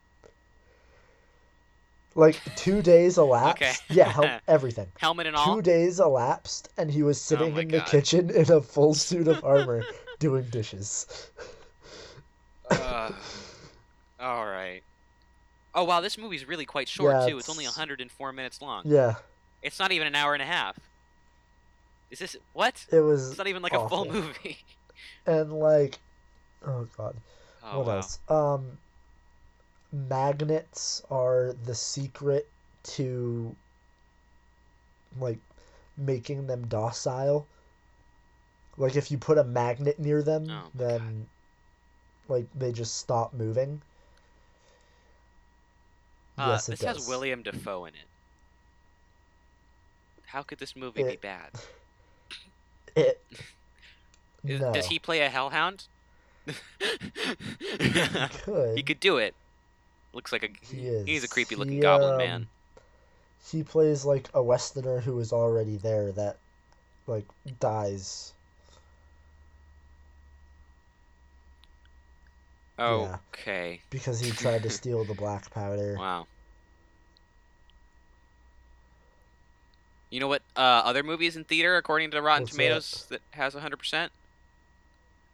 Speaker 2: like two days elapsed
Speaker 1: [laughs] Okay.
Speaker 2: yeah
Speaker 1: [laughs]
Speaker 2: hel- everything
Speaker 1: Helmet and all.
Speaker 2: two days elapsed and he was sitting
Speaker 1: Oh my
Speaker 2: in the
Speaker 1: God.
Speaker 2: kitchen in
Speaker 1: [laughs]
Speaker 2: a full suit of armor doing dishes
Speaker 1: Ugh. all right. Oh wow, this movie's really
Speaker 2: [laughs]
Speaker 1: quite short
Speaker 2: Yeah,
Speaker 1: too. It's only
Speaker 2: it's-
Speaker 1: 104 minutes long.
Speaker 2: yeah
Speaker 1: It's not even an hour and a half. Is this what?
Speaker 2: it was
Speaker 1: It's not even like a
Speaker 2: awful.
Speaker 1: full movie. [laughs]
Speaker 2: and like oh god
Speaker 1: Oh
Speaker 2: what
Speaker 1: wow.
Speaker 2: else? Um, magnets are the secret to like making them docile. Like if you put a magnet near them,
Speaker 1: Oh my
Speaker 2: then like they just stop moving.
Speaker 1: Uh,
Speaker 2: yes, it
Speaker 1: this
Speaker 2: does.
Speaker 1: has William Defoe in it. How could this movie be
Speaker 2: It- [laughs]
Speaker 1: bad?
Speaker 2: It.
Speaker 1: Is-
Speaker 2: no.
Speaker 1: Does he play a hellhound? [laughs]
Speaker 2: Good.
Speaker 1: he could do it. Looks like a
Speaker 2: He is.
Speaker 1: he's a creepy looking
Speaker 2: He,
Speaker 1: goblin
Speaker 2: um,
Speaker 1: man.
Speaker 2: He plays like a Westerner who is already there that, like, dies. yeah.
Speaker 1: Okay.
Speaker 2: because he
Speaker 1: [laughs]
Speaker 2: tried to steal the black powder.
Speaker 1: Wow. You know what uh, other movies in theater, according to Rotten
Speaker 2: What's that?
Speaker 1: Tomatoes, that, has 100%?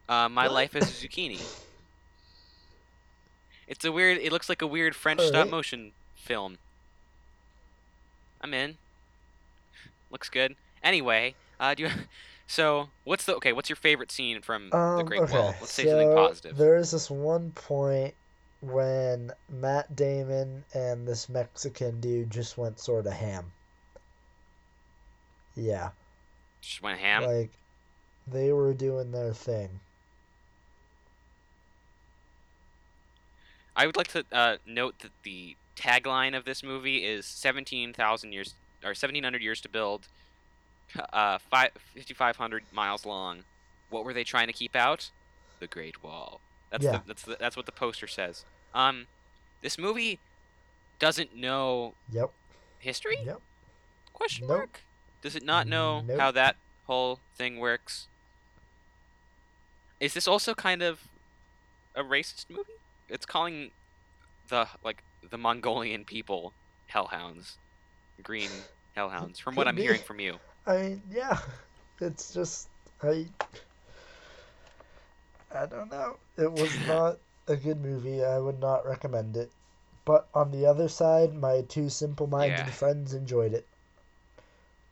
Speaker 1: Uh, My
Speaker 2: What?
Speaker 1: Life as a Zucchini. It's a weird, it looks like a weird French
Speaker 2: Alright.
Speaker 1: stop motion film. I'm in. Looks good. Anyway, uh, do you, [laughs] so what's the, okay, what's your favorite scene from The
Speaker 2: Um,
Speaker 1: Great
Speaker 2: okay,
Speaker 1: Wall? Let's say
Speaker 2: so
Speaker 1: something positive.
Speaker 2: There is this one point when Matt Damon and this Mexican dude just went sort of ham. Yeah,
Speaker 1: Just went ham.
Speaker 2: like they were doing their thing.
Speaker 1: I would like to uh, note that the tagline of this movie is 17,000 years or 1700 years to build, uh, fi- 5,500 miles long. What were they trying to keep out? The Great Wall. That's
Speaker 2: Yeah.
Speaker 1: the, that's the, that's what the poster says. Um, this movie doesn't know
Speaker 2: Yep.
Speaker 1: history?
Speaker 2: Yep.
Speaker 1: Question
Speaker 2: Nope.
Speaker 1: mark. Does it not know
Speaker 2: Nope.
Speaker 1: how that whole thing works? Is this also kind of a racist movie? It's calling the like the Mongolian people hellhounds, green hellhounds. From what
Speaker 2: Could
Speaker 1: I'm
Speaker 2: be.
Speaker 1: hearing from you,
Speaker 2: I mean, yeah, [laughs] it's just I. I don't know. It was not a good movie. I would not recommend it. But on the other side, my two simple-minded
Speaker 1: Yeah.
Speaker 2: friends enjoyed it.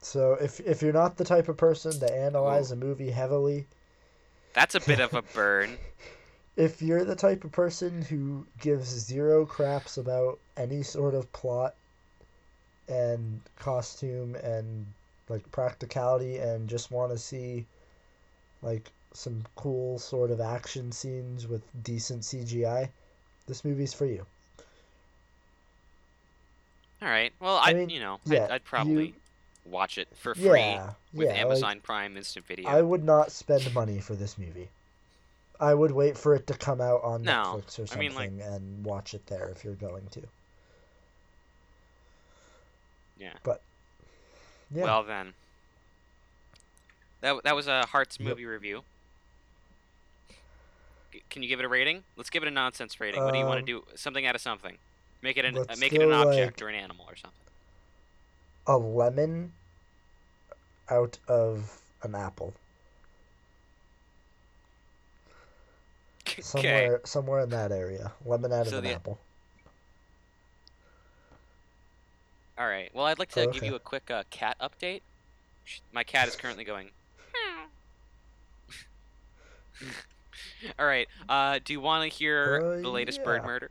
Speaker 2: So if if you're not the type of person to analyze
Speaker 1: Ooh.
Speaker 2: a movie heavily,
Speaker 1: that's a bit of a
Speaker 2: [laughs]
Speaker 1: burn.
Speaker 2: if you're the type of person who gives zero craps about any sort of plot and costume and like practicality and just want to see like some cool sort of action scenes with decent CGI, this movie's for you.
Speaker 1: All right. Well, I,
Speaker 2: I mean,
Speaker 1: you know,
Speaker 2: yeah,
Speaker 1: I'd, I'd probably
Speaker 2: you-
Speaker 1: watch it for free
Speaker 2: yeah,
Speaker 1: with
Speaker 2: yeah. like,
Speaker 1: Amazon Prime Instant Video.
Speaker 2: I would not spend money for this movie. I would wait for it to come out on
Speaker 1: No,
Speaker 2: Netflix or
Speaker 1: I
Speaker 2: something
Speaker 1: mean, like-
Speaker 2: and watch it there if you're going to.
Speaker 1: Yeah.
Speaker 2: But yeah,
Speaker 1: Well then, that that was a Hearts
Speaker 2: Yep.
Speaker 1: movie review. C- Can you give it a rating? Let's give it a nonsense rating. What do you want
Speaker 2: Um,
Speaker 1: to do? Something out of something. Make it an uh,
Speaker 2: let's
Speaker 1: make it an
Speaker 2: go, like-
Speaker 1: object or an animal or something. [laughs]
Speaker 2: a lemon out of an apple.
Speaker 1: Okay.
Speaker 2: Somewhere somewhere in that area. Lemon out
Speaker 1: So
Speaker 2: of an
Speaker 1: the-
Speaker 2: apple.
Speaker 1: All right. Well, I'd like to
Speaker 2: Oh,
Speaker 1: give
Speaker 2: okay.
Speaker 1: you a quick uh, cat update. Sh- My cat is currently going. "Hmm." [laughs] "Meow." All right. Uh, do you want to hear
Speaker 2: Uh,
Speaker 1: the latest bird
Speaker 2: yeah.
Speaker 1: murder?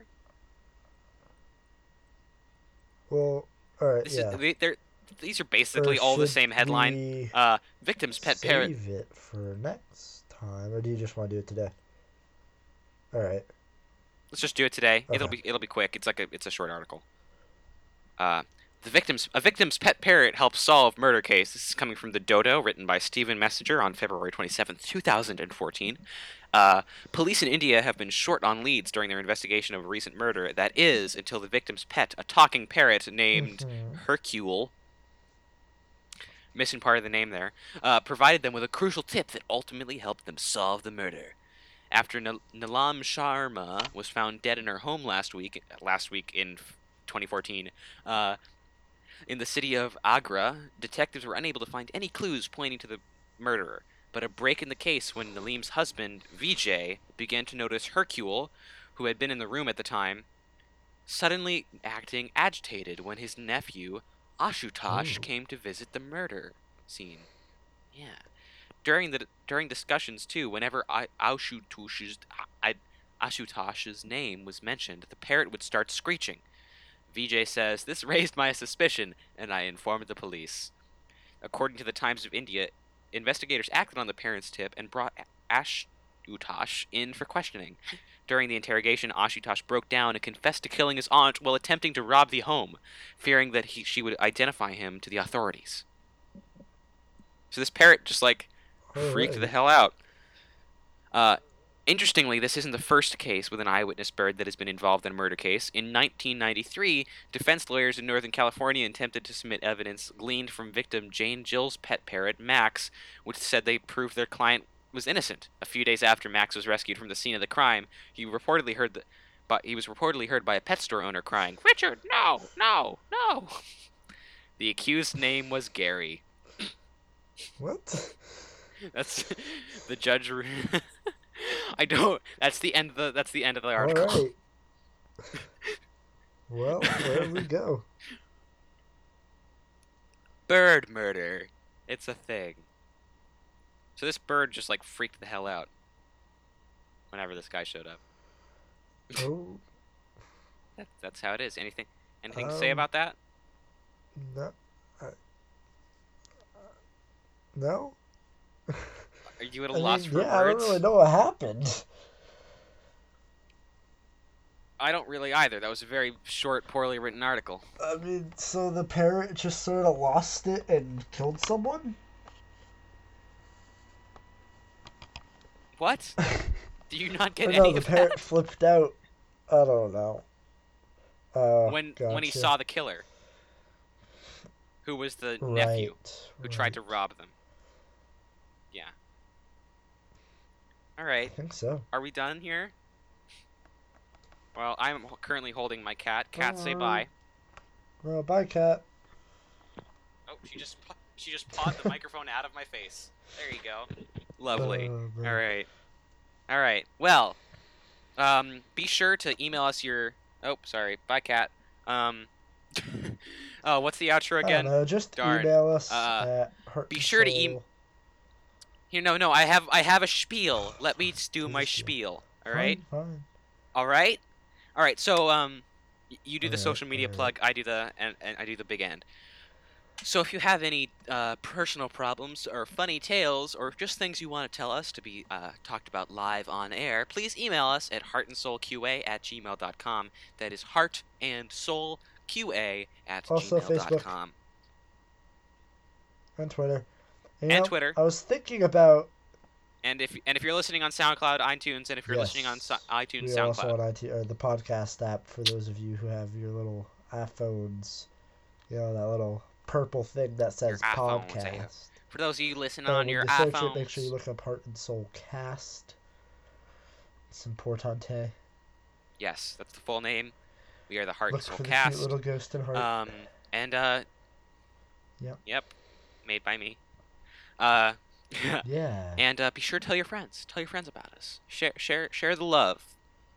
Speaker 2: Well, all right,
Speaker 1: This
Speaker 2: yeah.
Speaker 1: is, they, they're, these are basically
Speaker 2: Or
Speaker 1: all the
Speaker 2: should
Speaker 1: same headline.
Speaker 2: we
Speaker 1: Uh, victim's pet
Speaker 2: save
Speaker 1: parrot.
Speaker 2: it for next time, or do you just want to do it today? All right.
Speaker 1: Let's just do it today. It'll
Speaker 2: Okay.
Speaker 1: be it'll be quick. It's like a it's a short article. Uh, the victim's a victim's pet parrot helps solve murder case. This is coming from the Dodo, written by Stephen Messenger on February twenty seventh, two thousand and fourteen. Uh, police in India have been short on leads during their investigation of a recent murder. That is until the victim's pet, a talking parrot named
Speaker 2: Mhm.
Speaker 1: Hercule, missing part of the name there, uh, provided them with a crucial tip that ultimately helped them solve the murder. After N- Nilam Sharma was found dead in her home last week, last week in f- 2014, uh, in the city of Agra, detectives were unable to find any clues pointing to the murderer. But a break in the case when Nilam's husband, Vijay, began to notice Hercule, who had been in the room at the time, suddenly acting agitated when his nephew, Ashutosh,
Speaker 2: Ooh.
Speaker 1: came to visit the murder scene. Yeah. During the during discussions too, whenever I- Ashutosh's I- Ashutosh's name was mentioned, the parrot would start screeching. Vijay says, This [laughs] raised my suspicion, and I informed the police. According to the Times of India, investigators acted on the parents' tip and brought Ashutosh in for questioning. During the interrogation, Ashutosh broke down and confessed to killing his aunt while attempting to rob the home, fearing that he, she would identify him to the authorities. So this parrot just like freaked the
Speaker 2: Alright.
Speaker 1: hell out. Uh, interestingly, this isn't the first case with an eyewitness bird that has been involved in a murder case. In 1993, defense lawyers in Northern California attempted to submit evidence gleaned from victim Jane Jill's pet parrot, Max, which said they proved their client was innocent. A few days after Max was rescued from the scene of the crime, he reportedly heard the, but he was reportedly heard by a pet store owner crying, "Richard, no, no, no!" [laughs] The accused's name was Gary. [laughs]
Speaker 2: What?
Speaker 1: That's the judge. Re- [laughs] I don't. That's the end. Of the that's the end of the article.
Speaker 2: All right. well, there we go.
Speaker 1: [laughs] Bird murder. It's a thing. So this bird just like freaked the hell out. Whenever this guy showed up,
Speaker 2: Oh,
Speaker 1: that, that's how it is. Anything, anything to say
Speaker 2: Um,
Speaker 1: about that?
Speaker 2: no. I, uh, no.
Speaker 1: Are you at a
Speaker 2: I
Speaker 1: loss
Speaker 2: mean,
Speaker 1: for
Speaker 2: yeah, I don't
Speaker 1: words?
Speaker 2: really know what happened.
Speaker 1: I don't really either. That was a very short, poorly written article.
Speaker 2: I mean, so the parrot just sort of lost it and killed someone. [laughs]
Speaker 1: What? Do you not
Speaker 2: Or
Speaker 1: get
Speaker 2: no,
Speaker 1: any
Speaker 2: the
Speaker 1: of
Speaker 2: parrot
Speaker 1: that?
Speaker 2: flipped out. I don't know. Uh,
Speaker 1: When when he
Speaker 2: gotcha.
Speaker 1: saw the killer, who was the nephew
Speaker 2: Right,
Speaker 1: who tried to
Speaker 2: right.
Speaker 1: rob them. Yeah. All
Speaker 2: I
Speaker 1: right,
Speaker 2: think so.
Speaker 1: are we done here? Well, I'm h- currently holding my cat. Cat, say bye.
Speaker 2: Alright. Well, bye, cat.
Speaker 1: Oh, she just pa- she just pawed the microphone out of my face. There you go. Lovely.
Speaker 2: Uh, bro.
Speaker 1: All right. All right. Well, um, be sure to email us your. Oh, sorry. Bye, cat. Um. [laughs] oh, what's the outro
Speaker 2: I don't
Speaker 1: again?
Speaker 2: know, Uh, just
Speaker 1: darn.
Speaker 2: email us
Speaker 1: Uh,
Speaker 2: at Heart
Speaker 1: be sure to em-
Speaker 2: Control.
Speaker 1: You know, no. I have I have a spiel. Let me s- do my
Speaker 2: Please do.
Speaker 1: spiel. All
Speaker 2: Fine,
Speaker 1: right.
Speaker 2: Fine.
Speaker 1: All right. All right. So um, y- you do the
Speaker 2: All right,
Speaker 1: social media
Speaker 2: all right.
Speaker 1: plug. I do the and, and I do the big end. So if you have any uh, personal problems or funny tales or just things you want to tell us to be uh, talked about live on air, please email us at heartandsoulqa at gmail.com. That is heart and soul qa at
Speaker 2: Also
Speaker 1: gmail.com.
Speaker 2: Facebook. and Twitter. you
Speaker 1: And
Speaker 2: know,
Speaker 1: Twitter.
Speaker 2: I was thinking about.
Speaker 1: And if and if you're listening on SoundCloud, iTunes, and if you're listening on
Speaker 2: Yes.
Speaker 1: so- iTunes,
Speaker 2: we are also
Speaker 1: SoundCloud,
Speaker 2: on IT, or the podcast app for those of you who have your little iPhones. You know that little purple thing that says
Speaker 1: iPhones, yeah.
Speaker 2: podcast.
Speaker 1: for those of you listening
Speaker 2: Uh,
Speaker 1: on
Speaker 2: when
Speaker 1: your
Speaker 2: you search
Speaker 1: iPhone,
Speaker 2: It, make sure you look up Heart and Soul Cast. It's importante.
Speaker 1: yes, that's the full name. We are the Heart
Speaker 2: look
Speaker 1: and Soul
Speaker 2: for the
Speaker 1: Cast.
Speaker 2: cute little ghost and heart.
Speaker 1: Um, and uh,
Speaker 2: Yep.
Speaker 1: yep, made by me. Uh, [laughs]
Speaker 2: yeah.
Speaker 1: and uh, be sure to tell your friends. Tell your friends about us. Share, share, share the love,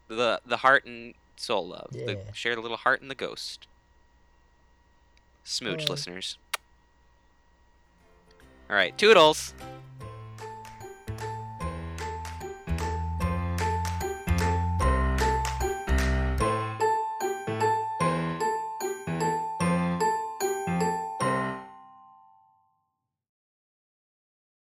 Speaker 1: the the heart and soul love. The,
Speaker 2: Yeah.
Speaker 1: share the little heart and the ghost. Smooch,
Speaker 2: Yeah.
Speaker 1: listeners. All right, toodles.